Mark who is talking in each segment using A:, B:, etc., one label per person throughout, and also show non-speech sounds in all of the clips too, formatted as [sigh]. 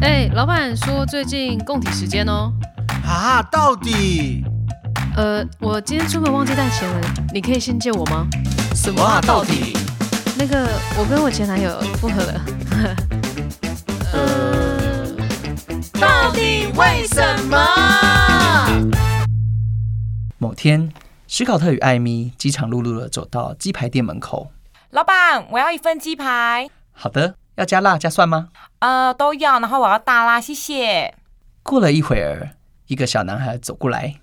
A: 哎、老板说最近供体时间哦。
B: 啊，到底
A: 呃，我今天出门忘记带钱了，你可以先借我吗？
B: 什么啊？到底？
A: 那个，我跟我前男友复合了。呃，
B: 到底为什么？
C: 某天，史考特与艾米饥肠辘辘地走到鸡排店门口。
D: 老板，我要一份鸡排，
C: 好的，要加辣加蒜吗？
D: 呃，都要，然后我要大辣，谢谢。
C: 过了一会儿，一个小男孩走过来，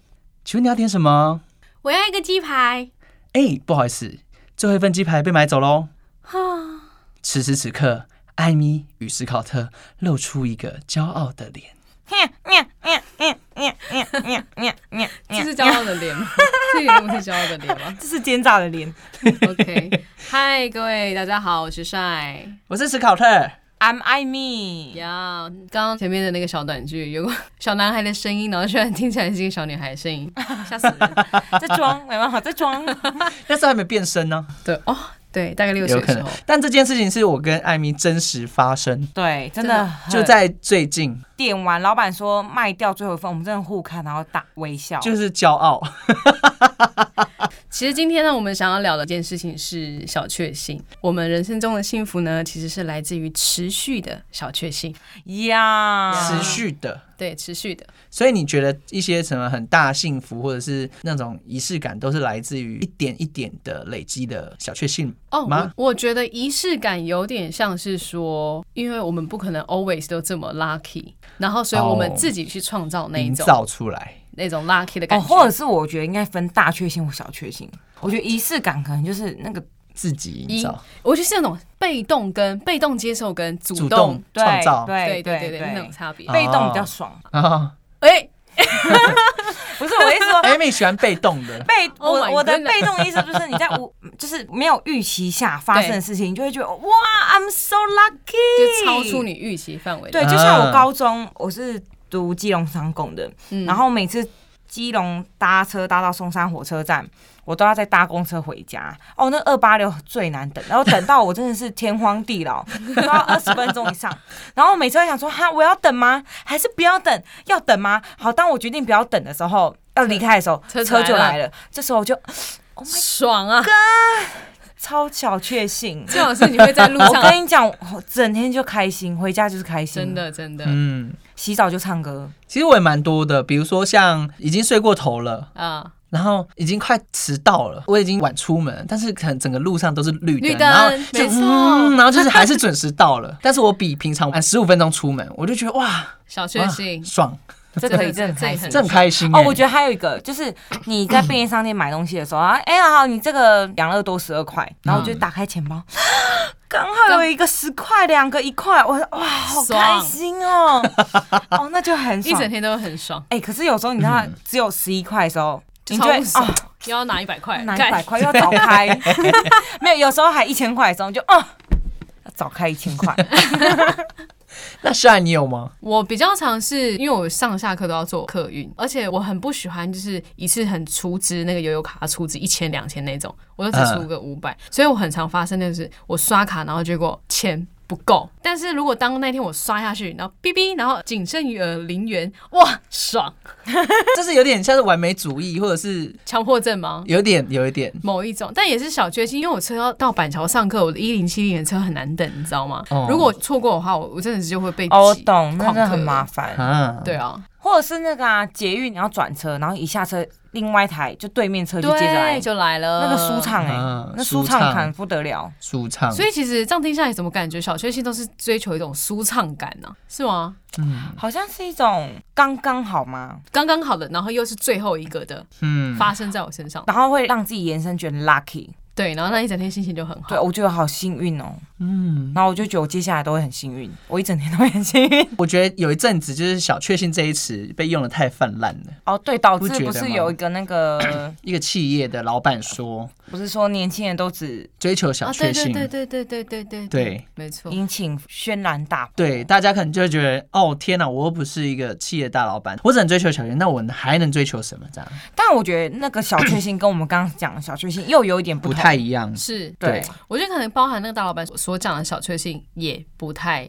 C: 请问你要点什么？
E: 我要一个鸡排。
C: 哎，不好意思，最后一份鸡排被买走喽。
E: 哈，
C: 此时此刻，艾米与史考特露出一个骄傲的脸。
A: 这是骄傲的脸吗？这个不是骄傲的脸吗 [laughs]
D: 这是奸诈的脸。
A: ？OK，嗨，各位大家好，我是帅
C: 我是史考特，
D: I'm Amy，
A: 呀。刚刚前面的那个小短剧，有个小男孩的声音，然后居然听起来是一个小女孩的声音， [laughs] 吓死人。
D: 在装，没办法，在装。
C: 那时候还没变身呢，
A: 对哦，对，大概六岁
C: 有
A: 的
C: 可
A: 时
C: 能
A: 候。。
C: 但这件事情是我跟艾米真实发生，
D: 对，真
A: 真的
D: 的很
C: 就在最近，
D: 点完，老板说卖掉最后一份，我们真的互看，然后大微笑。
C: 就是骄傲。
A: 其实今天呢，我们想要聊的一件事情是小确幸。我们人生中的幸福呢，其实是来自于持续的小确幸。
D: 呀，
C: 持续的。
A: 对，持续的。
C: 所以你觉得一些什么很大幸福，或者是那种仪式感，都是来自于一点一点的累积的小确幸
A: 哦，
C: 吗
A: 我？我觉得仪式感有点像是说，因为我们不可能 always 都这么 lucky，然后所以我们
C: 哦
A: 自己去创造那一
C: 营
A: 种、
C: 造出来，
A: 那种 lucky 的感
D: 哦，
A: 觉。
D: 或者是我觉得应该分大确幸或小确幸。我觉得仪式感可能就是那个
C: 自己营造，
A: 我觉得是那种被动跟被动接受跟主
C: 主动
D: 对
C: 创造 [laughs]
A: 对
D: 对
A: 对对
D: 对
A: 对那种差别。
C: 啊
D: 被动比较爽。
C: 啊。
A: 哎、
D: 不是我意思说，
C: Amy 喜欢被动的，
D: 被
A: Oh
D: 我
A: my
D: 我的
A: goodness
D: 被动意思就是你在无 [laughs] 就是没有预期下发生的事情，你就会觉得哇，I'm so
A: 就
D: lucky，
A: 超出你预期范围。
D: 对，就像我高中我是读基隆商工的，
A: 嗯
D: 然后每次基隆搭车搭到松山火车站，我都要再搭公车回家。哦，那二八六最难等，然后等到我真的是天荒
A: [laughs]
D: 地老，都要二十分钟以上。然后我每次都想说，哈，我要等吗？还是不要等？要等吗？好，当我决定不要等的时候，要离开的时候，
A: 车
D: 车
A: 子来
D: 就
A: 了
D: 来了。这时候我就
A: 爽啊！
D: 超小确幸。
A: 最好是你会在路
D: [laughs] 我
A: 上，
D: 跟你讲，我整天就开心，回家就是开心，
A: 真的真的。
C: 嗯，
D: 洗澡就唱歌。
C: 其实我也蛮多的，比如说像已经睡过头了。
A: 啊，
C: 然后已经快迟到了，我已经晚出门，但是可能整个路上都是绿灯，
A: 绿灯
C: 然后就
A: 没错
C: 嗯，然后就是还是准时到了，但是我比平常晚十五分钟出门，我就觉得哇，
A: 小确
C: 哇
A: 幸，
C: 爽，
D: 这可以，这很开心。
C: 这很开心、欸。
D: 哦，我觉得还有一个就是你在便利商店买东西的时候啊，哎、呀好，你这个养乐多十二块，然后我就打开钱包， [gasps] 刚、好有一个十块，两个一块，我说哇，好开心哦，哦，那就很
A: 一
D: 爽
A: 整。天都很爽，
D: 哎、可是有时候你知道，只有十一块的时候，你就
A: 超
D: 会
A: 爽
D: 哦，，
A: 又要拿一百块，
D: 拿一
A: 干
D: 百块又要早开，没有，有时候还一千块的时候，你就哦，要早开一千
A: [laughs]
D: 块，
C: [laughs] 那帅你有吗？
A: 我比较常是因为我上下课都要做客运，而且我很不喜欢就是一次很出资那个悠游卡出资一千两千那种，我都只出
D: 嗯
A: 个五百、所以我很常发生的就是我刷卡然后结果钱。不够，但是如果当那天我刷下去，然后哔哔，然后仅剩余额呃零元，哇，爽！
C: 这是有点像是完美主义，或者是
A: 强迫症吗？
C: 有点有一点
A: 某一种，但也是小确幸，因为我车要到板桥上课，我的一零七零的车很难等，你知道吗？
C: 哦
A: 如果我错过的话，我我真的是就会被
D: 哦，我
A: 挤
D: 懂，那
A: 旷
D: 个
A: 课
D: 很麻烦。
C: 啊，
A: 对啊，
D: 或者是那个啊，捷运你要转车，然后一下车，另外一台就对面车就接着来
A: 对，，就来了
D: 那个舒畅哎、
C: 啊
D: 那舒
C: 舒畅
D: 畅感不得了。
C: 舒畅。
A: 所以其实这样听下来，怎么感觉小确幸都是追求一种舒畅感呢、是吗？
C: 嗯
D: 好像是一种刚刚好吗？
A: 刚刚好的，然后又是最后一个的
C: 嗯，
A: 发生在我身上，
D: 然后会让自己延伸觉得 lucky，
A: 对，然后那一整天心情就很
D: 对
A: 好。
D: 我觉得好幸运哦。
C: 嗯，
D: 然后我就觉得我接下来都会很幸运，我一整天都会很幸运。 [laughs]
C: 我觉得有一阵子就是“小确幸”这一词被用的太泛滥了。
D: 哦，对，导
C: 不觉
D: 致
C: 得
D: 不是
C: 吗
D: 有一个那个，
C: 一个企业的老板说，
D: [coughs] 不是说年轻人都只
C: 追求小
A: 啊，
C: 确
A: 对
C: 幸，
A: 对对对对对对对
C: 对，
A: 没错。
D: 引起轩然大波。
C: 对大家可能就会觉得，哦天哪，我又不是一个企业大老板，我只能追求小确幸，那我还能追求什么？这样
D: 但我觉得那个小确幸跟我们刚刚讲的小确幸又有一点不
C: 不
D: 同
C: 太一样。
A: 是，
D: 对
A: 我觉得可能包含那个大老板所讲的小确幸也不太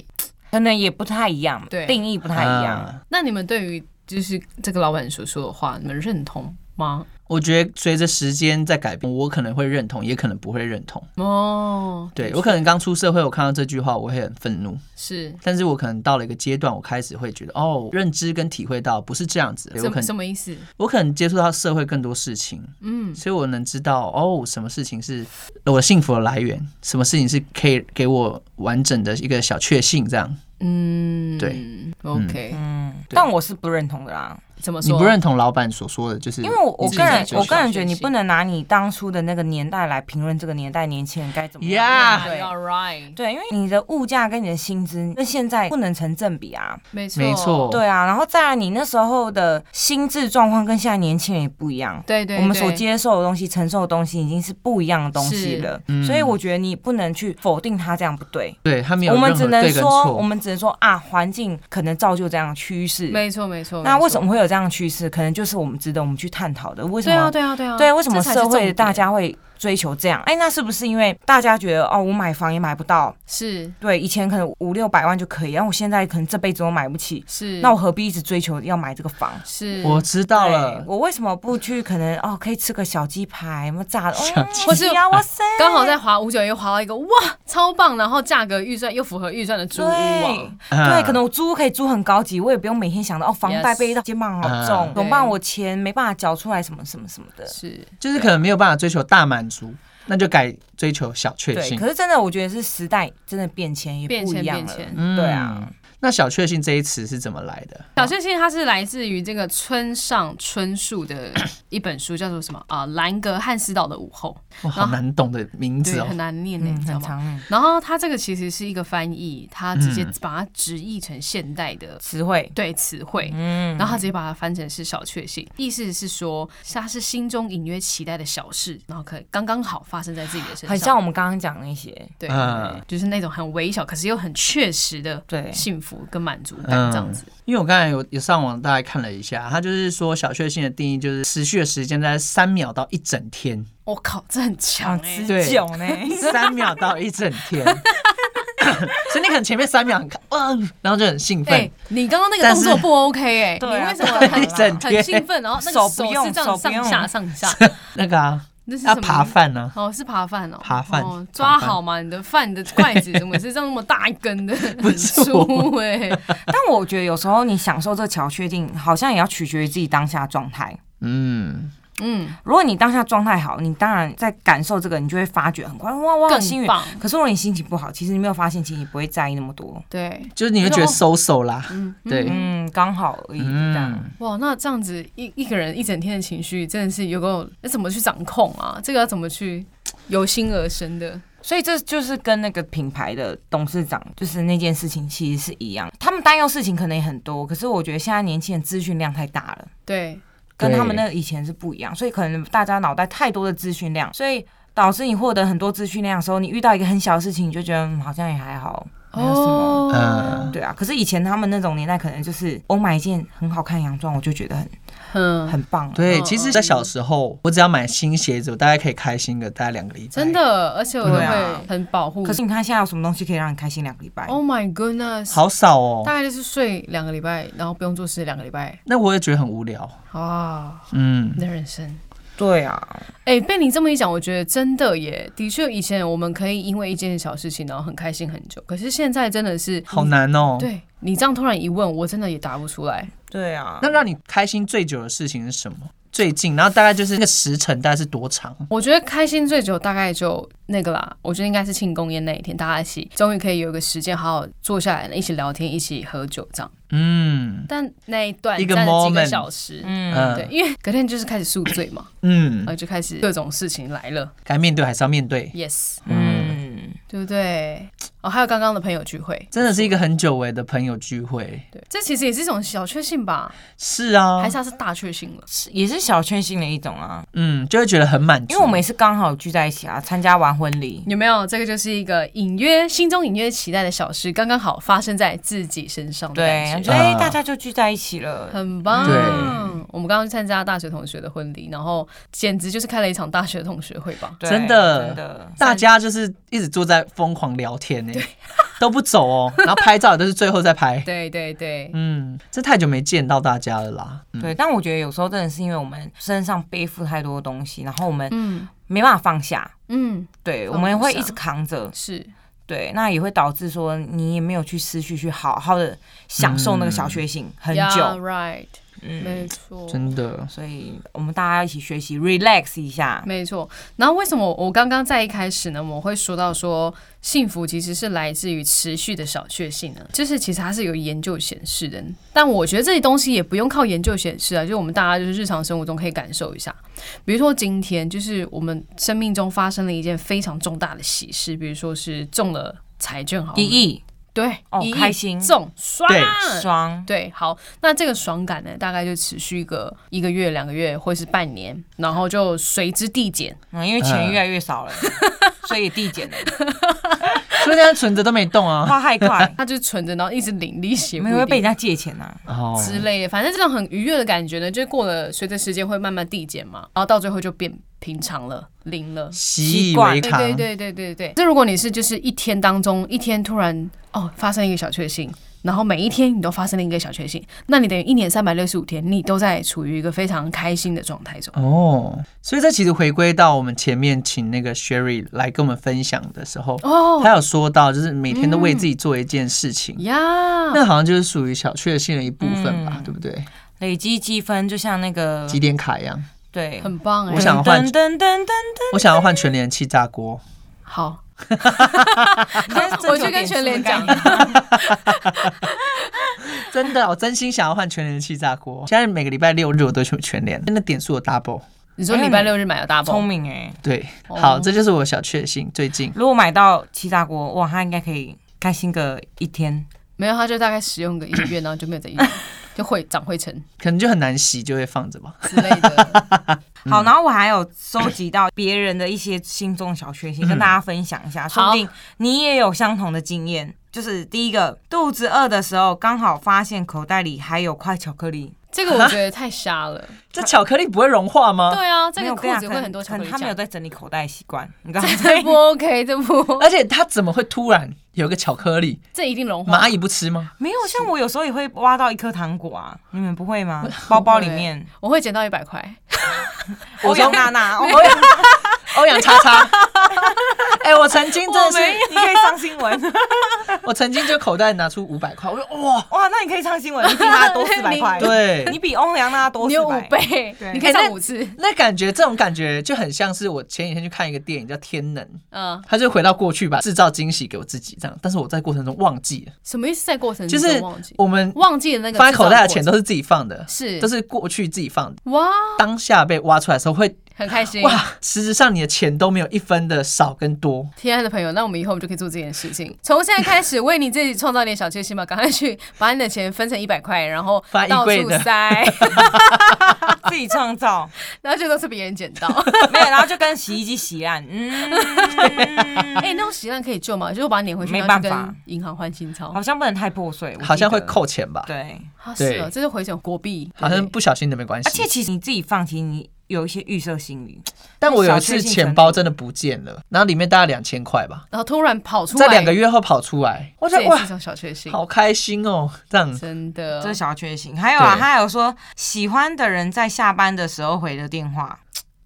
D: 可能也不太一样，
A: 对
D: 定义不太一样。
C: 啊
A: 那你们对于就是这个老板所说的话，你们认同吗？
C: 我觉得随着时间在改变，我可能会认同，也可能不会认同。
A: 哦，
C: 对我可能刚出社会，我看到这句话我会很愤怒，
A: 是
C: 但是我可能到了一个阶段，我开始会觉得哦，认知跟体会到不是这样子，我
A: 什
C: 可
A: 么什
C: 能
A: 么意思？
C: 我可能接触到社会更多事情，
A: 嗯，
C: 所以我能知道哦，什么事情是我幸福的来源，什么事情是可以给我完整的一个小确幸。这样
A: 嗯，
C: 对
A: ，OK，、
D: 嗯，
C: 对
D: 但我是不认同的啊啦，
A: 怎么
C: 你
A: 说？
C: 不认同老板所说的，就是
D: 因为我我
C: 嗯自己
D: 个人
C: 的
D: 我
C: 就是
D: 个人觉得你不能拿你当初的那个年代来评论这个年代年轻人该怎么样
C: Yeah
D: 啊对
A: 啊 You're right，
D: 对，因为你的物价跟你的薪资跟现在不能成正比啊。
A: 没错，
C: 没错，
D: 对啊，然后再来你那时候的心智状况跟现在年轻人也不一样。
A: 对对，
D: 我们所
A: 对
D: 接受的东西、承受的东西已经是不一样的东西
A: 是
D: 了，
C: 嗯
D: 所以我觉得你不能去否定他这样不对。
C: 对他没有
D: 我们
C: 任何
D: 只能
C: 对跟
D: 说，
C: 错
D: 我们只能说啊，环境可能造就这样的趋势。
A: 没错没错。
D: 那
A: 没错
D: 为什么？会有这样的趋势？可能就是我们值得我们去探讨的。为什
A: 对
D: 么？
A: 啊对啊对啊，
D: 对为什么
A: 这才是
D: 社
A: 重
D: 会
A: 点
D: 大家会追求这样？哎，那是不是因为大家觉得哦，我买房也买不到？
A: 是
D: 对，以前可能五六百万就可以，然后我现在可能这辈子都买不起，
A: 是
D: 那我何必一直追求要买这个房？
A: 是
C: 我知道
D: 对
C: 了，
D: 我为什么不去？可能哦，可以吃个小鸡排，什么炸的，
C: 小
D: 哦，
C: 鸡
A: 或是
D: 呀，哇塞，
A: 刚好在滑五九又滑到一个哇超棒，然后价格预算又符合预算的租屋
D: 对
A: 网，。
C: 啊
D: 对，可能我租屋可以租很高级，我也不用每天想到哦，房贷
A: Yes
D: 背到肩膀好
C: 嗯
D: 重，怎么办？
A: 对
D: 我钱没办法缴出来，什么什么什么的。
A: 是
C: 就是可能没有办法追求大满足，那就改追求小确
D: 对，
C: 幸
D: 可。是真的，我觉得是时代真的变迁，也
A: 变
D: 不
A: 迁
D: 一样
A: 变
D: 了。
A: 迁。
C: 嗯
D: 对啊，
C: 那小确幸这一词是怎么来的？
A: 小确幸它是来自于这个村上春树的一本书，叫做什么啊？兰格汉斯岛的午后，
C: 哇，好难懂的名字
A: 对，
C: 哦
A: 很。难念呢，
D: 嗯，
A: 你知道
D: 很
A: 吗？
D: 长嗯
A: 然后它这个其实是一个翻译，它直接
C: 嗯
A: 把它直译成现代的
D: 词汇，
A: 对词汇，
D: 嗯
A: 然后他直接把它翻成是小确幸，意思是说它是心中隐约期待的小事，然后可以刚刚好发生在自己的身上，
D: 很像我们刚刚讲那些，
A: 对，
C: 嗯
A: 就是那种很微小，可是又很确实的
D: 对嗯
A: 幸福跟满足感这样子。
C: 因为我刚才有有上网大概看了一下，它就是说小确幸的定义就是持续的时间在三秒到一整
A: [laughs]
C: 天，
A: 我、靠，这很强
D: 想
A: 哎、
D: 持
C: 对
D: 久
A: [laughs]
D: 啊呢。
C: 三秒到一整天。 [coughs] 所以你可能前面三秒很哇，然后就很兴
A: 哎、
C: 奋，
A: 你刚刚那个
C: 但
A: 动
C: 是
A: 作不 OK 哎、
D: [laughs] 对啊
A: 你为什么
D: 对
A: 很
C: 一 [laughs] 整
A: 很
C: 天
A: 兴奋，然后那个
D: 手
A: 手
D: 不用
A: 是这
D: 手
A: 样
D: 不
A: 上下
D: 用
A: 上下，
C: 那个啊
A: 那是
C: 要
A: 什么？
C: 扒饭啊呢、
A: 哦，是扒饭哦，
C: 扒饭
A: 哦，
C: 扒
A: 抓
C: 饭
A: 好嘛，你的饭的筷子怎么是这样那么大一根的？
C: [laughs] 不
A: 很
C: 是我
A: 粗
D: [laughs]
A: 哎、
D: 但我觉得有时候你享受这小确幸，好像也要取决于自己当下状态。
C: 嗯，
A: 嗯，
D: 如果你当下状态好，你当然在感受这个，你就会发觉很快，哇哇，好幸
A: 更
D: 运。
A: 棒，
D: 可是如果你心情不好，其实你没有发现，其实你不会在意那么多。
A: 对，
C: 就是你会觉得收手啦，
A: 嗯，
C: 对，
D: 嗯，刚好而已，这样。
C: 嗯，
A: 哇，那这样子一一个人一整天的情绪真的是有个那怎么去掌控啊？这个要怎么去由心而生的？
D: 所以这就是跟那个品牌的董事长，就是那件事情其实是一样。他们担忧事情可能也很多，可是我觉得现在年轻人资讯量太大了，
A: 对，
D: 跟他们
C: 对
D: 那以前是不一样，所以可能大家脑袋太多的资讯量，所以导致你获得很多资讯量的时候，你遇到一个很小的事情，你就觉得、嗯好像也还好。没有什么。
A: 哦
C: 嗯
D: 对啊，可是以前他们那种年代，可能就是我买一件很好看的洋装，我就觉得很
A: 嗯，
D: 很棒了。
C: 对，
A: 嗯
C: 其实，
A: 嗯
C: 在小时候，我只要买新鞋子，我大概可以开心个大概两个礼拜。
A: 真，的，而且我都
D: 对啊
A: 会很保护。
D: 可是你看现在有什么东西可以让你开心两个礼拜？
C: 哦
A: ，Oh my goodness，
C: 好少哦
A: 大。概就是睡两个礼拜，然后不用做事两个礼拜
C: 那我也觉得很无聊。
A: 啊，
C: 嗯
A: 你，的人生。
D: 对啊，
A: 哎、被你这么一讲，我觉得真的耶，的确，以前我们可以因为一件小事情，然后很开心很久。可是现在真的是
C: 好。难哦。。
A: 对你这样突然一问，我真的也答不出来。
D: 对啊。
C: 那让你开心最久的事情是什么？最近，然后大概就是那个时辰，大概是多长？
A: 我觉得开心最久大概就那个啦，我觉得应该是庆功宴那一天，大家一起终于可以有一个时间好好坐下来，一起聊天，一起喝酒这样。
C: 嗯
A: 但那一段
C: 一个
A: 占了几
C: moment
A: 个小时，
D: 嗯，
C: 嗯
A: 对，因为隔天就是开始宿醉嘛，
C: 嗯
A: 然，后就开始各种事情来了
C: 该面对还是要面对，
A: ，yes，
D: 嗯，
A: 对不对？哦，还有刚刚的朋友聚会，
C: 真的是一个很久违的朋友聚会。
A: 对，这其实也是一种小确幸吧，
C: 是啊
A: 还是，它是大确幸了？
D: 是也是小确幸的一种啊，
C: 嗯，就会觉得很满足。
D: 因为我们也是刚好聚在一起啊，参加完婚礼，
A: 有没有？这个就是一个隐约心中隐约期待的小事，刚刚好发生在自己身上的
C: 嗯
D: 对，
A: 感
D: 然后
A: 觉，
D: 就哎、
C: 啊
D: 大家就聚在一起了，
A: 很棒。
C: 对
A: 我们刚刚去参加大学同学的婚礼，然后简直就是开了一场大学同学会吧。
D: 对
C: 真的
D: 真的，
C: 大家就是一直坐在疯狂聊天呢、 [laughs] 都不走哦，然后拍照也都是最后再拍。
A: 对对对，
C: 嗯，这太久没见到大家了啦。嗯、
D: 对。但我觉得有时候真的是因为我们身上背负太多东西，然后我们
A: 嗯
D: 没办法放下，
A: 嗯，
D: 对，
A: 放
D: 我
A: 不
D: 们会
A: 下
D: 一直扛着，
A: 是
D: 对，那也会导致说你也没有去思绪去好好的享受那个
A: 嗯
D: 小确幸很久，
A: ，right，
D: 嗯，
A: 没错，
C: 真的，
D: 所以我们大家一起学习，relax 一下，
A: 没错。然后为什么我刚刚在一开始呢，我会说到说幸福其实是来自于持续的小确幸呢？就是其实它是有研究显示的，但我觉得这些东西也不用靠研究显示啊，就是我们大家就是日常生活中可以感受一下。比如说今天就是我们生命中发生了一件非常重大的喜事，比如说是中了彩券好了，
D: 一亿
A: 对，
D: 哦
A: 一亿
D: 开心
A: 中爽。
C: 对
D: 双，
A: 对，好，那这个爽感呢，大概就持续一个一个月、两个月，或是半年，然后就随之递减。
D: 嗯，因为钱越来越少了，所以也递减了，
C: 所以大家存着都没动
A: [laughs]
C: 啊。
D: 花太快，
A: 他就存着，然后一直领利息，
D: 我们也会被人家借钱啊呐，
C: 哦，
A: 之类的。反正这种很愉悦的感觉呢，就是过了随着时间会慢慢递减嘛，然后到最后就变平常了，零了。
C: 习以
D: 习惯
C: 为
A: 对
C: 常。
A: 对对对对对。这如果你是就是一天当中一天突然哦发生一个小确幸，然后每一天你都发生了一个小确幸，那你等于一年三百六十五天，你都在处于一个非常开心的状态中。
C: 哦，所以这其实回归到我们前面请那个 Sherry 来跟我们分享的时候，
A: 哦
C: 他有说到，就是每天都为自己做一件事情，
A: 嗯呀，
C: 那好像就是属于小确幸的一部分吧，
D: 嗯
C: 对不对？
D: 累积积分就像那个
C: 几点卡一样，
D: 对，
A: 很棒哎、
C: 我想换
D: 噔噔噔噔
C: 我想要换全联气炸锅，
A: 好，[laughs]
D: 噔，
A: 我去跟全联讲
C: 真的，我真心想要换全联气炸锅。现在每个礼拜六日我都去全联，真的点数有 double。
A: 你说礼拜六日买了大包
D: 聪，明哎，
C: 对，
A: 哦
C: 好，这就是我的小确幸。最近
D: 如果买到气炸锅，哇，他应该可以开心个一天。
A: 没有，他就大概使用个一个月，然后就没有
C: [laughs]
A: 再用，就会长灰尘
C: 可能就很难洗，就会放着吧。
A: 之类的。
D: 好，然后我还有收集到别人的一些心中小确幸，跟大家分享一下，说不定你也有相同的经验。就是第一个，肚子饿的时候，刚好发现口袋里还有块巧克力。
A: 这个我觉得太瞎了。
C: 这巧克力不会融化吗？
A: 对啊，这
D: 没有
A: 个
D: 我跟你
A: 裤
D: 讲
A: 子会很多巧克
D: 可
A: 力
D: 能他没有
A: 酱。
D: 在整理口袋的习惯。你
A: [laughs]
D: 刚
A: 这
D: 才
A: 不 OK，这不，
C: 而且它怎么会突然有一个巧克力？
A: 这一定融化。
C: 蚂蚁不吃吗？
D: [laughs] 没有，像我有时候也会挖到一颗糖果啊，你们不
A: [laughs]
D: 会吗？包包里面，
A: 我会捡到一百块，
D: 欧阳娜娜，哦
A: [laughs]
C: [laughs]
D: 欧
C: 欧阳欧阳叉叉。哎、我曾经真的是，
D: 你可以上新闻。 [laughs]
C: 我曾经就口袋拿出五百块，我说哇，
D: 哇，那你可以上新闻，你比他
A: [laughs]
D: 多四百块，，
C: 对，
D: 你比欧阳娜娜多
A: 你
D: 四
A: 有五
D: 百，
A: 倍
D: 对，
A: 你可以
C: 哎
A: 上
C: 那
A: 五次。
C: 那感觉这种感觉就很像是我前几天去看一个电影叫《天能》，
A: 嗯，
C: 他就回到过去吧，制造惊喜给我自己这样，但是我在过程中忘记了，
A: 什么意思？在过程
C: 就
A: 中嗯
C: 是
A: 忘记
C: 我们
A: 忘记了那个
C: 放在口袋的钱
A: 制造
C: 都是自己放的
A: 过，程
C: 都
A: 是
C: 是过去自己放的，
A: 哇，
C: 当下被挖出来的时候会
A: 很开心。
C: 哇，实质上你的钱都没有一分的少跟多，
A: 亲爱的朋友，那我们以后就可以做这件事情。从现在开始，为你自己创造点小确幸吧！赶快去把你的钱分成一百块，然后
C: 放在衣
A: 到
C: 柜
A: 处
C: 的
A: 塞，
D: 自己
A: [laughs]
D: 创造，
A: 然后就都是别人捡到。
D: 没有，然后就跟洗衣机洗烂，
A: [laughs]
D: 嗯，
A: 哎、那种洗烂可以救吗？就是把它碾回去，
D: 没
A: 然后
D: 办
A: 就
D: 法
A: 跟银行换新钞
D: 好。像不能太破碎，我记得
C: 好像会。扣钱吧，
D: 对，
A: 啊，是哦，
C: 对
A: 这是回损国币，
C: 好像不小心的没关
D: 而且
C: 系。
D: 其实你自己放弃，你有一些预设心理，
C: 但我有一
D: 小确
C: 次
D: 幸
C: 钱
D: 程
C: 包
D: 度
C: 真的不见了，然后里面大概两千块吧，
A: 然后突然跑出来，
C: 在两个月后跑出来，我觉
A: 这
C: 得
A: 也
C: 哇
A: 是一，种小确幸，
C: 好开心哦，这样
A: 真的
D: 这是。小确幸。还有啊，
C: 对
D: 他还有说喜欢的人在下班的时候回的电话，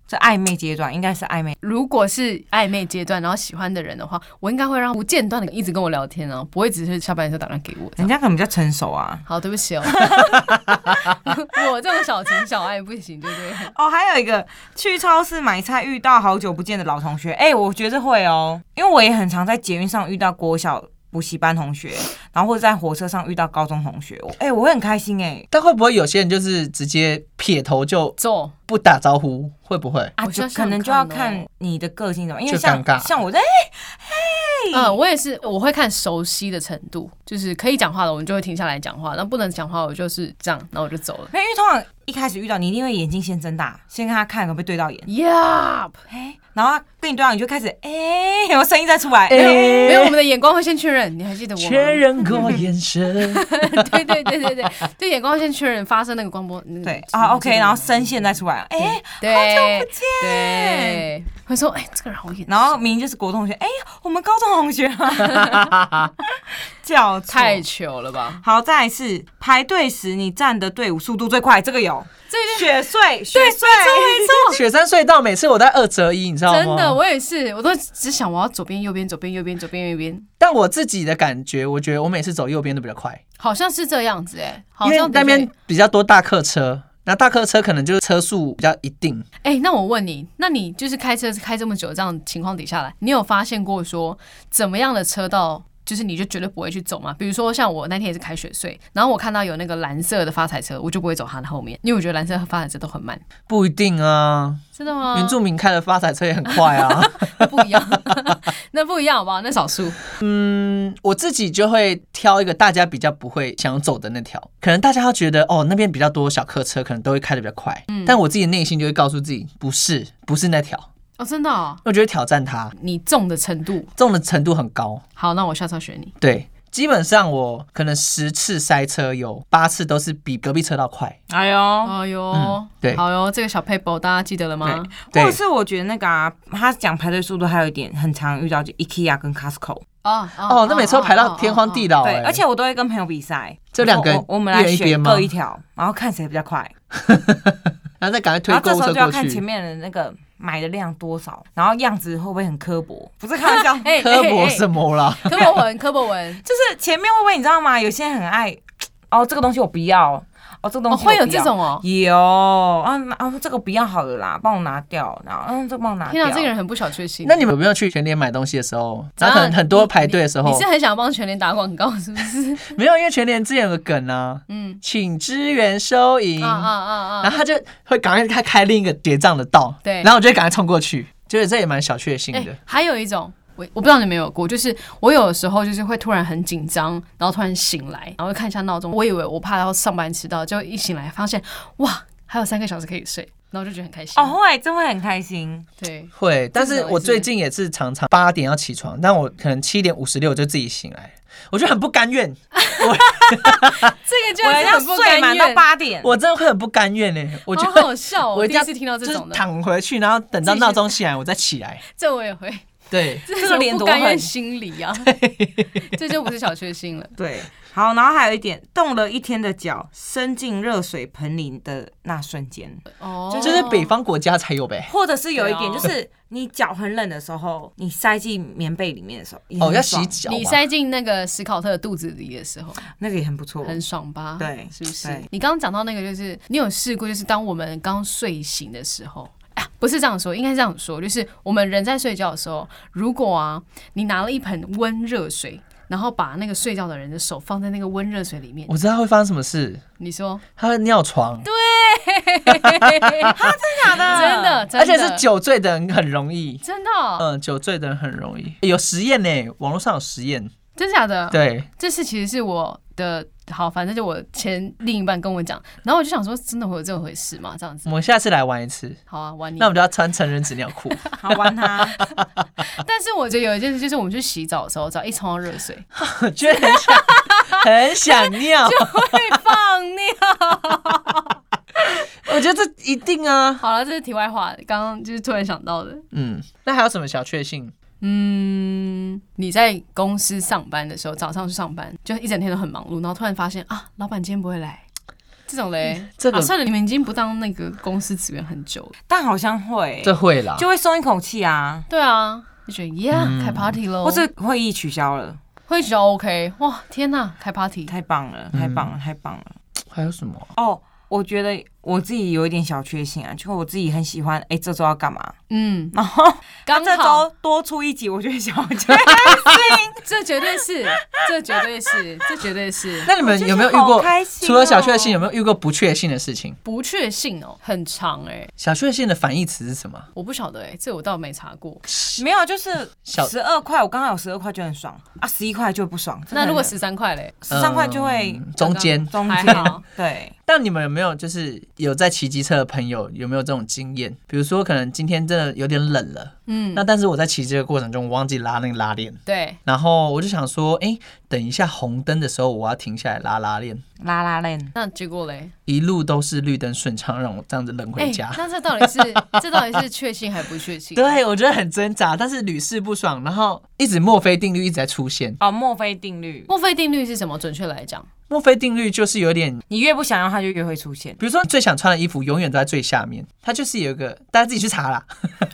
D: 这暧昧阶段应该是暧昧，
A: 如果是暧昧阶段，然后喜欢的人的话，我应该会让他不间断的一直跟我聊天哦，不会只是下班的时候打电话给我这样。
D: 人家可能比较成熟啊。
A: 好，对不起
C: [laughs]
A: 哦， [laughs] 我这种小情小爱不行，对不对？
D: 哦，还有一个去超市买菜遇到好久不见的老同学，哎、我觉得会哦，因为我也很常在捷运上遇到国小补习班同学，然后或者在火车上遇到高中同学，我哎、我会很开心哎、
C: 但会不会有些人就是直接撇头就
A: 走，
C: 不打招呼？会不会？
D: 啊，
A: 我
D: 就
A: 想想
D: 可能就要
A: 看哦
D: 看你的个性怎么，因
C: 就
D: 为像
C: 尴尬
D: 像我在，哎、
A: 嗯，我也是，我会看熟悉的程度，就是可以讲话了，我们就会停下来讲话；，那不能讲话，我就是这样，然后我就走了。
D: 没有，因为通常一开始遇到你，一定会眼睛先睁大，先看他看有没有对到眼，
A: Yup，
D: 哎、然后他跟你对到眼，你就开始哎、有声音再出来，哎、
A: 没有，我们的眼光会先确认，你还记得我吗？
C: 确认
A: [laughs]
C: 过眼神，
A: 对对对对对，就眼光会先确认发生那个光波。那个
D: 对
A: 什么
D: 啊，OK，然后
A: 这个
D: 声线再出来，哎、
A: 嗯对，
D: 好久不见
A: 对，会说哎，这个人好眼熟，
D: 然后明明就是国中同学，哎、我们高中同学啊， [laughs] 叫错
A: 太糗了吧？
D: 好，再来是排队时你站的队伍速度最快，这个有
A: 这个
D: 雪穗，雪穗，
A: [laughs]
C: 雪山隧道每次我在二折一，你知道吗？
A: 真的，我也是，我都只想我要左边、右边、左边、右边、左边、右边，
C: 但我自己的感觉，我觉得我每次走右边都比较快，
A: 好像是这样子哎，好
C: 因为
A: 像的
C: 那
A: 确
C: 边比较多大客车，那大客车可能就是车速比较一定。
A: 哎、那我问你，那你就是开车开这么久这样的情况底下来，你有发现过说怎么样的车道，就是你就绝对不会去走吗？比如说像我那天也是开雪隧，然后我看到有那个蓝色的发财车，我就不会走它的后面，因为我觉得蓝色和发财车都很慢。
C: 不一定啊，
A: 真的吗？
C: 原住民开的发财车也很快
A: [laughs]
C: 啊。
A: 那不一样，那不一样好不好？那少数
C: 嗯，我自己就会挑一个大家比较不会想走的那条，可能大家会觉得哦那边比较多小客车，可能都会开的比较快。
D: 嗯
C: 但我自己内心就会告诉自己，不是，不是那条，
A: 哦，真的、哦，
C: 我觉得挑战它，
A: 你中的程度
C: 这种的程度很高。
A: 好，那我下次要选你。
C: 对，基本上我可能十次塞车有八次都是比隔壁车道快。
D: [laughs] 哎呦，
A: 哎呦，
C: 嗯对
A: 好哟，这个小 paper 大家记得了吗？
C: 对
D: 或者是我觉得那个啊，他讲排队速度还有一点很常遇到，就 IKEA 跟 Costco，
A: 哦
C: 哦，那每次都排到天荒地老、
D: 对
C: 哎，，
D: 而且我都会跟朋友比赛，
C: 这两个
D: 我我我们
C: 一
D: 来
C: 人一边
D: 选
C: 吗
D: 各一条，然后看谁比较快，
C: 然后再赶快推
D: 然后这
C: 购
D: 时
C: 物
D: 候
C: 车
D: 就要
C: 过
D: 看前
C: 去。
D: 面的那个买的量多少，然后样子会不会很刻薄，不是开玩笑，
A: 哎
C: 科博什么
D: [laughs]
C: 啦？
A: 哎哎科博文，科博文。
D: 就是前面会不会你知道吗？有些人很爱，哦，这个东西我不要，哦，这个东
A: 哦，
D: 西我不
A: 会
D: 要、
A: 有这种哦。
D: 有啊那啊，这个不要好了啦，帮我拿掉，然后嗯，这个帮我拿掉。
A: 天啊，这个人很不小确幸。
C: 那你们有没有去全联买东西的时候，然后
A: 啊
C: 可能很多排队的时
A: 你
C: 候
A: 是，很想帮全联打广告是不是？
C: 没有，因为全联之前有个梗啊，
A: 嗯，
C: 请支援收银，
A: 啊啊啊
C: 然
A: 啊！
C: 后他就会赶快开开另一个结账的道，
A: 对
C: 然后我就会赶快冲过去，就是这也蛮小确幸
A: 哎、
C: 的。
A: 还有一种。我我不知道你们有没有过，就是我有时候就是会突然很紧张，然后突然醒来，然后看一下闹钟，我以为我怕要上班迟到，就一醒来发现哇，还有三个小时可以睡，然后我就觉得很开心。
D: 哦，，会真会很开心。
A: 对，
C: 会，但
A: 真
C: 是
A: 的
C: 我最近也是常常八点要起床，但我可能七点五十六就自己醒来，我就很不甘
A: 嗯
C: 愿，
A: 啊这个就
D: 我
A: 是
D: 要
A: 很不
D: 睡满到八点，
C: 我真的会很不甘愿呢、欸我觉
A: 好
C: 得
A: 好笑、哦，
C: 我
A: 我
C: 一
A: 第
C: 定
A: 一
C: 要
A: 次听到这
C: 就是
A: 种的，
C: 躺回去，然后等到闹钟醒来我再起
A: [laughs]
C: 来。
A: 这我也会，
C: 对，
A: 这
D: 个
A: 是 [laughs]
D: 脸
A: 不
D: 多
A: 甘愿
D: 狠
A: 心理啊，这就不是小确幸
C: [laughs]
A: 了。
D: 对，好，然后还有一点，动了一天的脚伸进热水盆里的那瞬间，
A: 哦，
C: 就是北方国家才有呗。
D: 或者是有一点，
A: 对啊
D: 就是你脚很冷的时候，你塞进棉被里面的时候，也很
C: 哦，要洗
D: 爽
C: 脚吧。
A: 你塞进那个史考特的肚子里的时候，
D: 那个也很不错，
A: 很爽吧？
D: 对
A: 是不是
D: 对？
A: 你刚刚讲到那个，就是你有试过，就是当我们刚睡醒的时候。啊不是这样说，应该是这样说，就是我们人在睡觉的时候，如果啊，你拿了一盆温热水，然后把那个睡觉的人的手放在那个温热水里面，
C: 我知道会发生什么事，
A: 你说
C: 他会尿床，
D: 真的
A: 真的，真的
C: 啊而且是酒醉的人很容易。
A: 真的哦，
C: 嗯，酒醉的人很容易有实验呢，网络上有实验。
D: 嗯
A: 真假的？
C: 对，
A: 这事其实是我的好，反正就我前另一半跟我讲，然后我就想说，真的会有这回事吗？这样
C: 我
A: 子，
C: 们下次来玩一次，
D: 嗯
A: 好啊，玩你
C: 那我。们就要穿成人纸尿
D: [laughs]
C: 裤。
D: 好玩它。
A: 但是我觉得有一件事，就是我们去洗澡的时候，只要一冲到热 [laughs] 水，
C: 我觉得很
D: [laughs]
C: 想很想尿，
A: 会放尿。
C: 我觉得这一定啊。
A: [laughs] 好了，这是题外话，刚刚就是突然想到的。
C: 嗯，那还有什么小确幸？
A: 嗯，你在公司上班的时候，早上去上班，就一整天都很忙碌，然后突然发现啊，老板今天不会来。这种嘞，
C: 这个
A: 啊、算了，你们已经不当那个公司职员很久了。
D: 但好像会，
C: 这会啦，
D: 就会松一口气啊，
A: 对啊，就觉得耶
C: 嗯
A: 开 party 喽，
D: 或是会议取消了，
A: 会觉得 OK，哇，天呐，开 party，
C: 嗯
D: 太棒了，太棒了，太棒了。哦
C: 还有什么啊？
D: 哦，我觉得我自己有一点小确幸啊，就我自己很喜欢，哎、这周要干嘛？
A: 嗯，
D: 然后
A: 刚
D: 这
A: 好
D: 周多出一集，我就会小确 [laughs] 幸。
A: 这绝对是，这绝对是，这绝对是
C: 那你们有没有遇
D: 我觉得好
C: 过
D: 开？心哦
C: 除了小确幸，有没有遇过不确幸的事情？
A: 不确信哦，很长哎、
C: 小确幸的反义词是什么？
A: 我不晓得哎、这我倒没查过。
D: 没有，就是
C: 小
D: 十二块，我刚好有十二块就很爽啊，十一块就不爽。
A: 那如果十三块嘞，
D: 十三块就会
C: 嗯中间。
D: 中
A: 还
D: 间
A: 好，
D: 对，
C: 但你们有没有就是有在骑机车的朋友有没有这种经验？比如说，可能今天真的有点冷了，
A: 嗯，
C: 那但是我在骑这个过程中我忘记拉那个拉链，
A: 对，
C: 然后我就想说，哎、等一下红灯的时候我要停下来拉拉链，
D: 拉拉链。
A: 那结果嘞，哎
C: 一路都是绿灯顺畅，让我这样子冷回家。
A: 那这到底
C: [laughs]
A: 是这到底是确信还不确信？，
C: 对，我觉得很挣扎，但是屡试不爽，然后一直墨菲定律一直在出现。
D: 哦，墨菲定律，
A: 墨菲定律是什么？准确来
C: [laughs]
A: 讲，
C: 墨菲定律就是有点，
D: 你越不想要，它就越会出现。
C: 比如说最想穿的衣服永远都在最下面，它就是有一个，大家自己去查啦，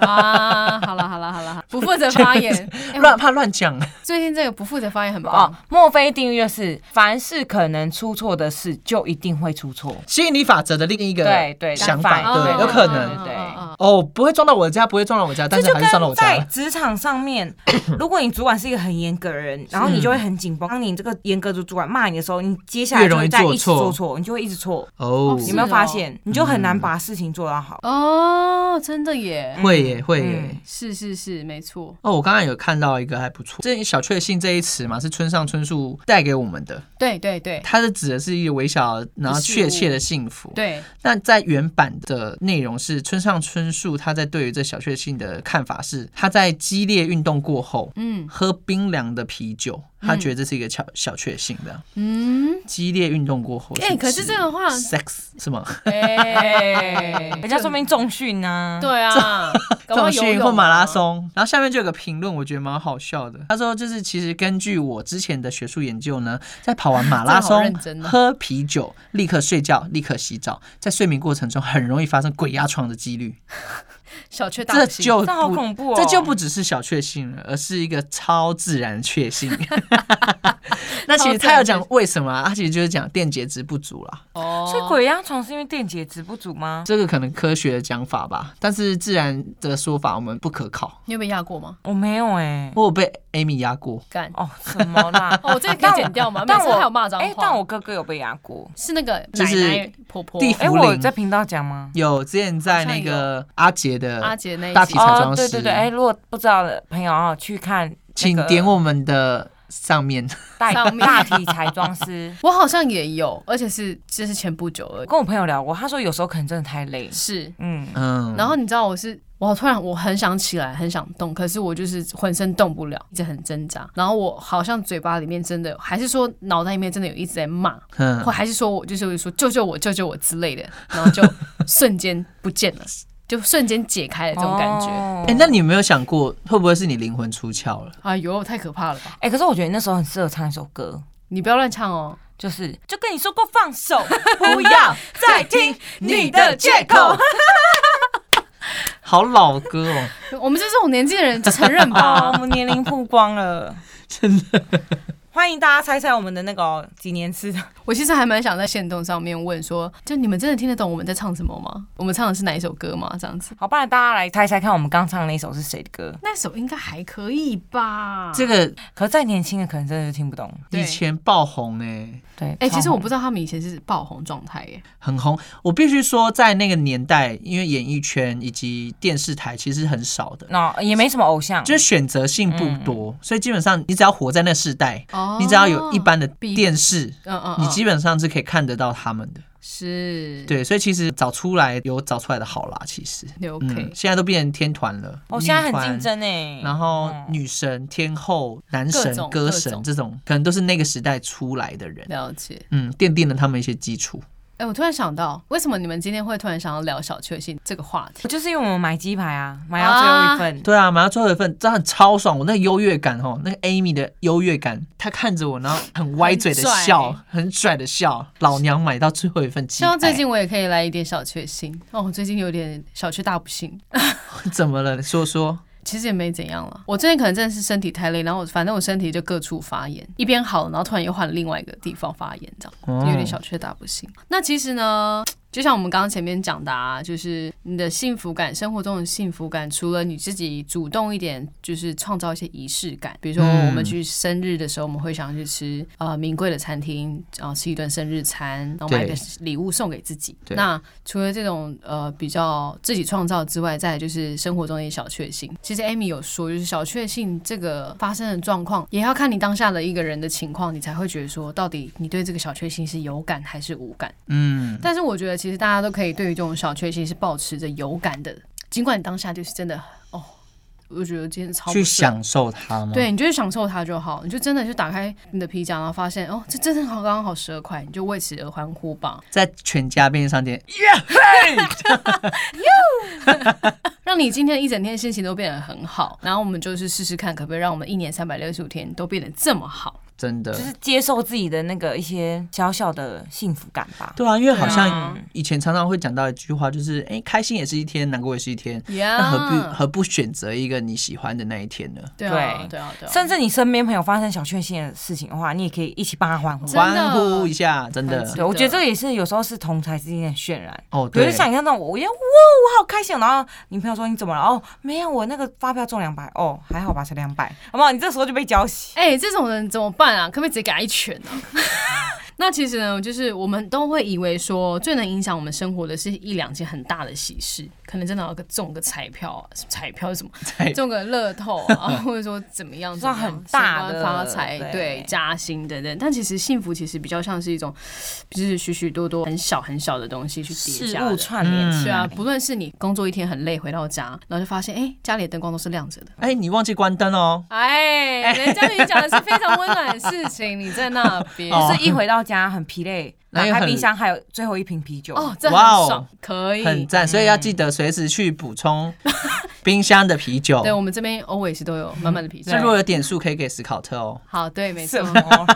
A: 啊，好了好了好
C: [laughs]
A: 了，好啦不负责发言。哎
C: 乱怕乱讲。
A: 最近这个不负责发言很
D: 哦
A: 棒，，
D: 墨菲定律就是凡是可能出错的事，就一定会出错。
C: 吸引力法则的另一个
D: 对对
C: 想
D: 反
C: 法，哎对，
D: 哦
C: 有可能
D: 哦对
C: 哦，不会撞到我的家，不会撞到我的家，但
D: 这
C: 是
D: 就
C: 还是撞到
D: 跟
C: 我家
D: 在
C: 了。
D: 职场上面，如果你主管是一个很严格的人，然后你就会很紧绷。当你这个严格的主管骂你的时候，你接下来
C: 越
D: 就
C: 容易
D: 会再
C: 做
D: 一直
C: 错
D: 做错，你就会一直错。
C: 哦
A: 哦，
D: 你
A: 是
D: 有没有发现，你就很难把事情做到好。
A: 哦，真的耶，
C: 会耶会耶
D: 嗯。
A: 是是是，没错。
C: 哦，我刚刚有看到一个还不错，这小确幸这一词嘛，是村上春树带给我们的，
A: 对对对
C: 它是指的是一个微小然后
A: 事物
C: 确切的幸福。
A: 对，
C: 那在原版的内容是村上春树他在对于这小确幸的看法是，他在激烈运动过后
A: 嗯
C: 喝冰凉的啤酒，他觉得这是一个小小确幸的。
A: 嗯，
C: 激烈运动过后指，
A: 哎可是这个话
C: sex 是吗？ [laughs]
A: 哎
D: 人家说明重训呢，
A: 对啊，搞不好游
C: 重训
A: 泳
C: 或马拉
A: 啊，
C: 松。然后下面就有个评论，我觉得蛮好笑的。他说，就是其实根据我之前的学术研究呢，在跑完马拉
A: [laughs] 这好
C: 松
A: 认真、哦
C: 喝啤酒、立刻睡觉、立刻洗澡，在睡眠过程中很容易发生鬼压床的几率。
A: 小雀大
C: 这
A: 不幸
C: 就
D: 这好
C: 不
D: 恐怖哦。
C: 这就不只是小确幸了，而是一个超自然确
A: [laughs]
C: 幸。那其实他要讲为什么、啊，他其实就是讲电解质不足啦，
A: 哦，
D: 所以鬼压床是因为电解质不足吗？
C: 这个可能科学的讲法吧，但是自然的说法我们不可靠。
A: 你有被压过吗？
D: 我没有
C: [laughs]
D: 哎。
C: 我有被 Amy 压过，
A: 干？
D: 哦，什么啦
A: 哦，这个可以剪掉吗？
D: 但
A: 每次
D: 我
A: 还有骂脏话，
D: 哎，但我哥哥有被压过。
A: 是那个
C: 就
A: 奶
C: 是
A: 奶婆婆
C: 地
D: 哎，
C: 福
D: 我有
C: 林
D: 在频道讲吗？
C: 有之前在那个阿杰的
A: 阿杰那一
C: 大
A: 集哦
C: 体彩妆
D: 对
C: 师，
D: 对对，哎，如果不知道的朋友啊，去看那
C: 请
D: 个
C: 点我们的上面。
D: 大
A: 上面
D: [laughs] 大体彩妆师。
A: 我好像也有，而且是这是前不久而
D: 我
A: 已。
D: 跟我朋友聊过，他说有时候可能真的太累。
A: 是，
D: 嗯，
C: 嗯，
A: 然后你知道我是，我突然我很想起来，很想动，可是我就是浑身动不了，一直很挣扎。然后我好像嘴巴里面真的，还是说脑袋里面真的有一直在骂，
C: 嗯
A: 或还是说我就是会说救救我，救救我之类的，然后就瞬间不见
C: [laughs]
A: 了，就瞬间解开了这种感觉。
D: 哦
C: 哎、那你有没有想过，会不会是你灵魂出窍了？
A: 哎呦，太可怕了吧！
D: 哎，可是我觉得你那时候很适合唱一首歌，
A: 你不要乱唱哦。
D: 就是就跟你说过放手，不要再听你的借口。
C: [laughs] 好老歌哦，
A: [laughs] 我们这种年纪的人，承认
D: [laughs]
A: [laughs]
D: 哦，我
A: 吧。
D: 们年龄曝光了，
C: [laughs] 真的。
D: 欢迎大家猜猜我们的那个哦几年次的。
A: 我其实还蛮想在线动上面问说，就你们真的听得懂我们在唱什么吗？我们唱的是哪一首歌吗？这样子。
D: 好，不然大家来猜猜看，我们刚唱的那一首是谁的歌？
A: 那首应该还可以吧？
C: 这个
D: 可是再年轻的可能真的就听不懂。
A: 对
C: 以前爆红哎、
D: 对，
A: 哎、其实我不
D: 超
A: 知道他们以前是爆红状态耶。
C: 很红。我必须说，在那个年代，因为演艺圈以及电视台其实很少的
D: 红，那哦也没什么偶像，
C: 就是选择性不多，所以基本上你只要活在那世代，
A: 哦
C: 你只要有一，般的
A: 比
C: 电视，
A: 嗯嗯，
C: 你
A: 嗯
C: 基本上是可以看得到他们的。
A: 是，
C: 对，所以其实找出来有找出来的好啦，其实。
A: 对，OK，、
C: 嗯，现在都变成天团了，
D: 哦，现在很
C: 女团
D: 竞。争哎。
C: 然后
D: 嗯
C: 女神、天后、男
A: 各
C: 神
A: 种、
C: 歌
A: 各
C: 神
A: 种
C: 这种，可能都是那个时代出来的人，
A: 了解。
C: 嗯，奠定了他们一些基础。
A: 哎、我突然想到，为什么你们今天会突然想要聊小确幸这个话题？
D: 就是因为我们买鸡排啊，买到最后一份，
C: 对啊，买到最后一份，真的很超爽。我那个优越感哦，那个 Amy 的优越感，她看着我，然后很歪嘴的
A: 很拽
C: 笑，很拽的笑。老娘买到最后一份鸡
A: 希
C: 排，
A: 望最近我也可以来一点小确幸。哦，我最近有点小确大不幸，
C: 怎么了？说说，
A: 其实也没怎样了。我最近可能真的是身体太累，然后我反正我身体就各处发炎，一边好了，然后突然又换另外一个地方发炎，这样。
C: 嗯
A: 有点小缺大不幸。那其实呢，就像我们刚刚前面讲的啊，就是你的幸福感，生活中的幸福感，除了你自己主动一点，就是创造一些仪式感。比如说
C: 嗯
A: 我们去生日的时候，我们会想去吃呃名贵的餐厅，然后吃一顿生日餐，然后买一个
C: 对
A: 礼物送给自己。
C: 对
A: 那除了这种呃比较自己创造之外，再来就是生活中的一些小确幸。其实 Amy 有说，就是小确幸这个发生的状况，也要看你当下的一个人的情况，你才会觉得说，到底你对这个小确幸是有感还是无感。
C: 嗯，
A: 但是我觉得，其实大家都可以对于这种小确幸是保持着有感的，尽管你当下就是真的哦，我觉得今天超不顺
C: 去享受它吗？
A: 对，你就去享受它就好，你就真的去打开你的皮夹，然后发现哦，这真的好刚刚好十二块，你就为此而欢呼吧，
C: 在全家便利商店，
A: 让你今天一整天心情都变得很好。然后我们就是试试看，可不可以让我们一年三百六十五天都变得这么好？
C: 真的
D: 就，是接受自己的那个一些小小的幸福感吧。
C: 对啊，因为好
A: 对
C: 像
D: 嗯
A: 啊
C: 以前常常会讲到一句话，就是哎、诶开心也是一天，难过也是一天，
A: 呀、
C: 那何不何不选择一个你喜欢的那一天呢？
A: 对啊，
D: 对
A: 对啊，对啊，
D: 嗯甚至你身边朋友发生小确幸的事情的话，你也可以一起帮他欢呼。
A: 真的
C: 欢呼一下，真的
A: 很值
D: 对，我觉得这个也是有时候是同才之间的渲染。
C: 哦，
D: 比如
C: 对，
D: 想象那种，我觉得哇，我好开心哦。然后女朋友说你怎么了？哦，没有，我那个发票中两百，哦，还好吧，才两百，好不好？你这时候就被浇熄。
A: 哎、这种人怎么办啊？可不可以直接给他一拳呢、啊？ [laughs] 那其实呢，就是我们都会以为说，最能影响我们生活的是一两件很大的喜事，可能真的要个中个彩票啊，彩票是什么？
C: 在
A: 中个乐透啊，或者说怎么样，
D: 算
A: 怎么样
D: 很大的
A: 升官发财，
D: 对
A: 对，加薪等等。但其实幸福其实比较像是一种，就是许许多多很小很小的东西去叠
D: 事
A: 加
D: 物
A: 的。
D: 串联起
A: 对
D: 来
A: 啊，，不论是你工作一天很累回到家，然后就发现哎、家里的灯光都是亮着的，
C: 哎、你忘记关灯哦。
A: 哎，人家你讲的是非常温暖的事情，你在那边
C: 哦
D: 就是一回到家很疲累，
C: 然
D: 打
C: 后又
D: 开
C: 很
D: 冰箱还有最后一瓶啤酒。
A: 哦，这很
C: 哇哦
A: 爽，可以。
C: 很赞，所以要记得随时去补充冰箱的啤酒
A: 对。我们这边 always 都有满满的啤酒
C: 嗯那。如果有点数，可以给史考特哦。
A: 好，对，没错
D: 什。么？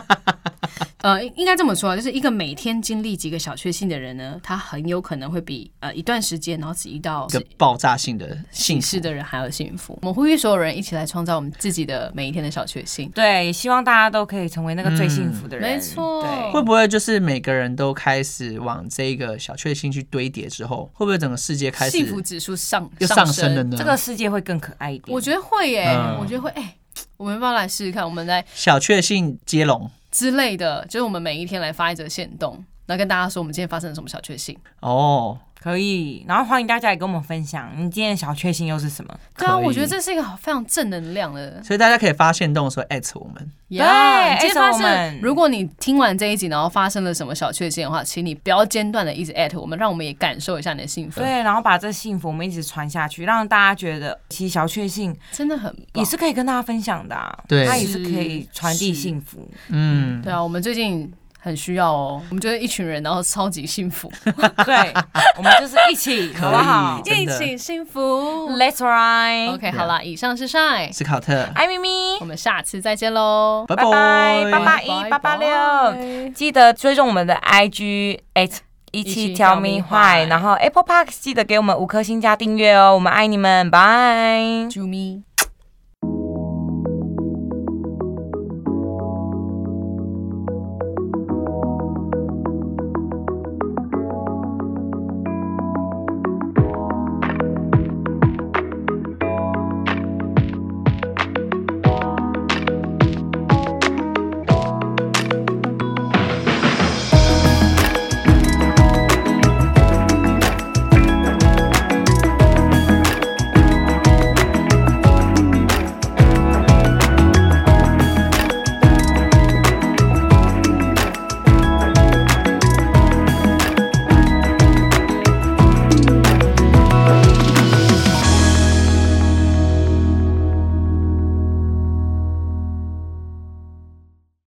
A: 呃，应应该这么说啊，就是一个每天经历几个小确幸的人呢，他很有可能会比呃一段时间，然后只遇到
C: 一个爆炸性的
A: 喜
C: 幸
A: 事
C: 福，
A: 的人还要幸福。我们呼吁所有人一起来创造我们自己的每一天的小确幸。
D: 对，也希望大家都可以成为那个最幸福的人。
A: 嗯没错
D: 对
C: 会不会就是每个人都开始往这个小确幸去堆叠之后，会不会整个世界开始
A: 幸福指数上
C: 又上升了呢？
D: 这个世界会更可爱一点。
A: 我觉得会耶、
C: 嗯
A: 我觉得会哎、我们要不要来试试看？我们来
C: 小确幸接龙
A: 之类的，就是我们每一天来发一则限动，然后跟大家说我们今天发生了什么小确幸。
C: 哦，
D: 可以，然后欢迎大家也跟我们分享你今天的小确幸又是什么。
A: 对啊，
C: 可以
A: 我觉得这是一个好非常正能量的。
C: 所以大家可以发现动的时候艾特我们，
A: 呀
D: 哎
A: 今天发
D: 所以我们
A: 生，如果你听完这一集，然后发生了什么小确幸的话，请你不要间断的一直艾特我们，让我们也感受一下你的幸福。，
D: 对，然后把这幸福我们一直传下去，让大家觉得其实小确幸
A: 真的很棒
D: 也。是可以跟大家分享的、啊，
C: 对
D: 它也是可以传递幸福。
C: 嗯，
A: 对啊，我们最近很需要哦，我们就是一群人，然后超级幸 [laughs] 福，
D: 对，我们就是一起，好不好
C: 可以真的
A: 幸福。
D: ？Let's ride，
A: OK，好啦，以上是 Shine，
C: 史考特，
D: 爱咪咪
A: 我，们下次再见喽，
C: 拜
D: 哎拜拜，八八一，八
A: 拜
D: 八
A: 拜
D: 六，记得追踪我们的 IG at。一起 tell me why，然后 Apple Park 记得给我们五颗星加订阅哦，我们爱你们，拜。
A: 啾咪。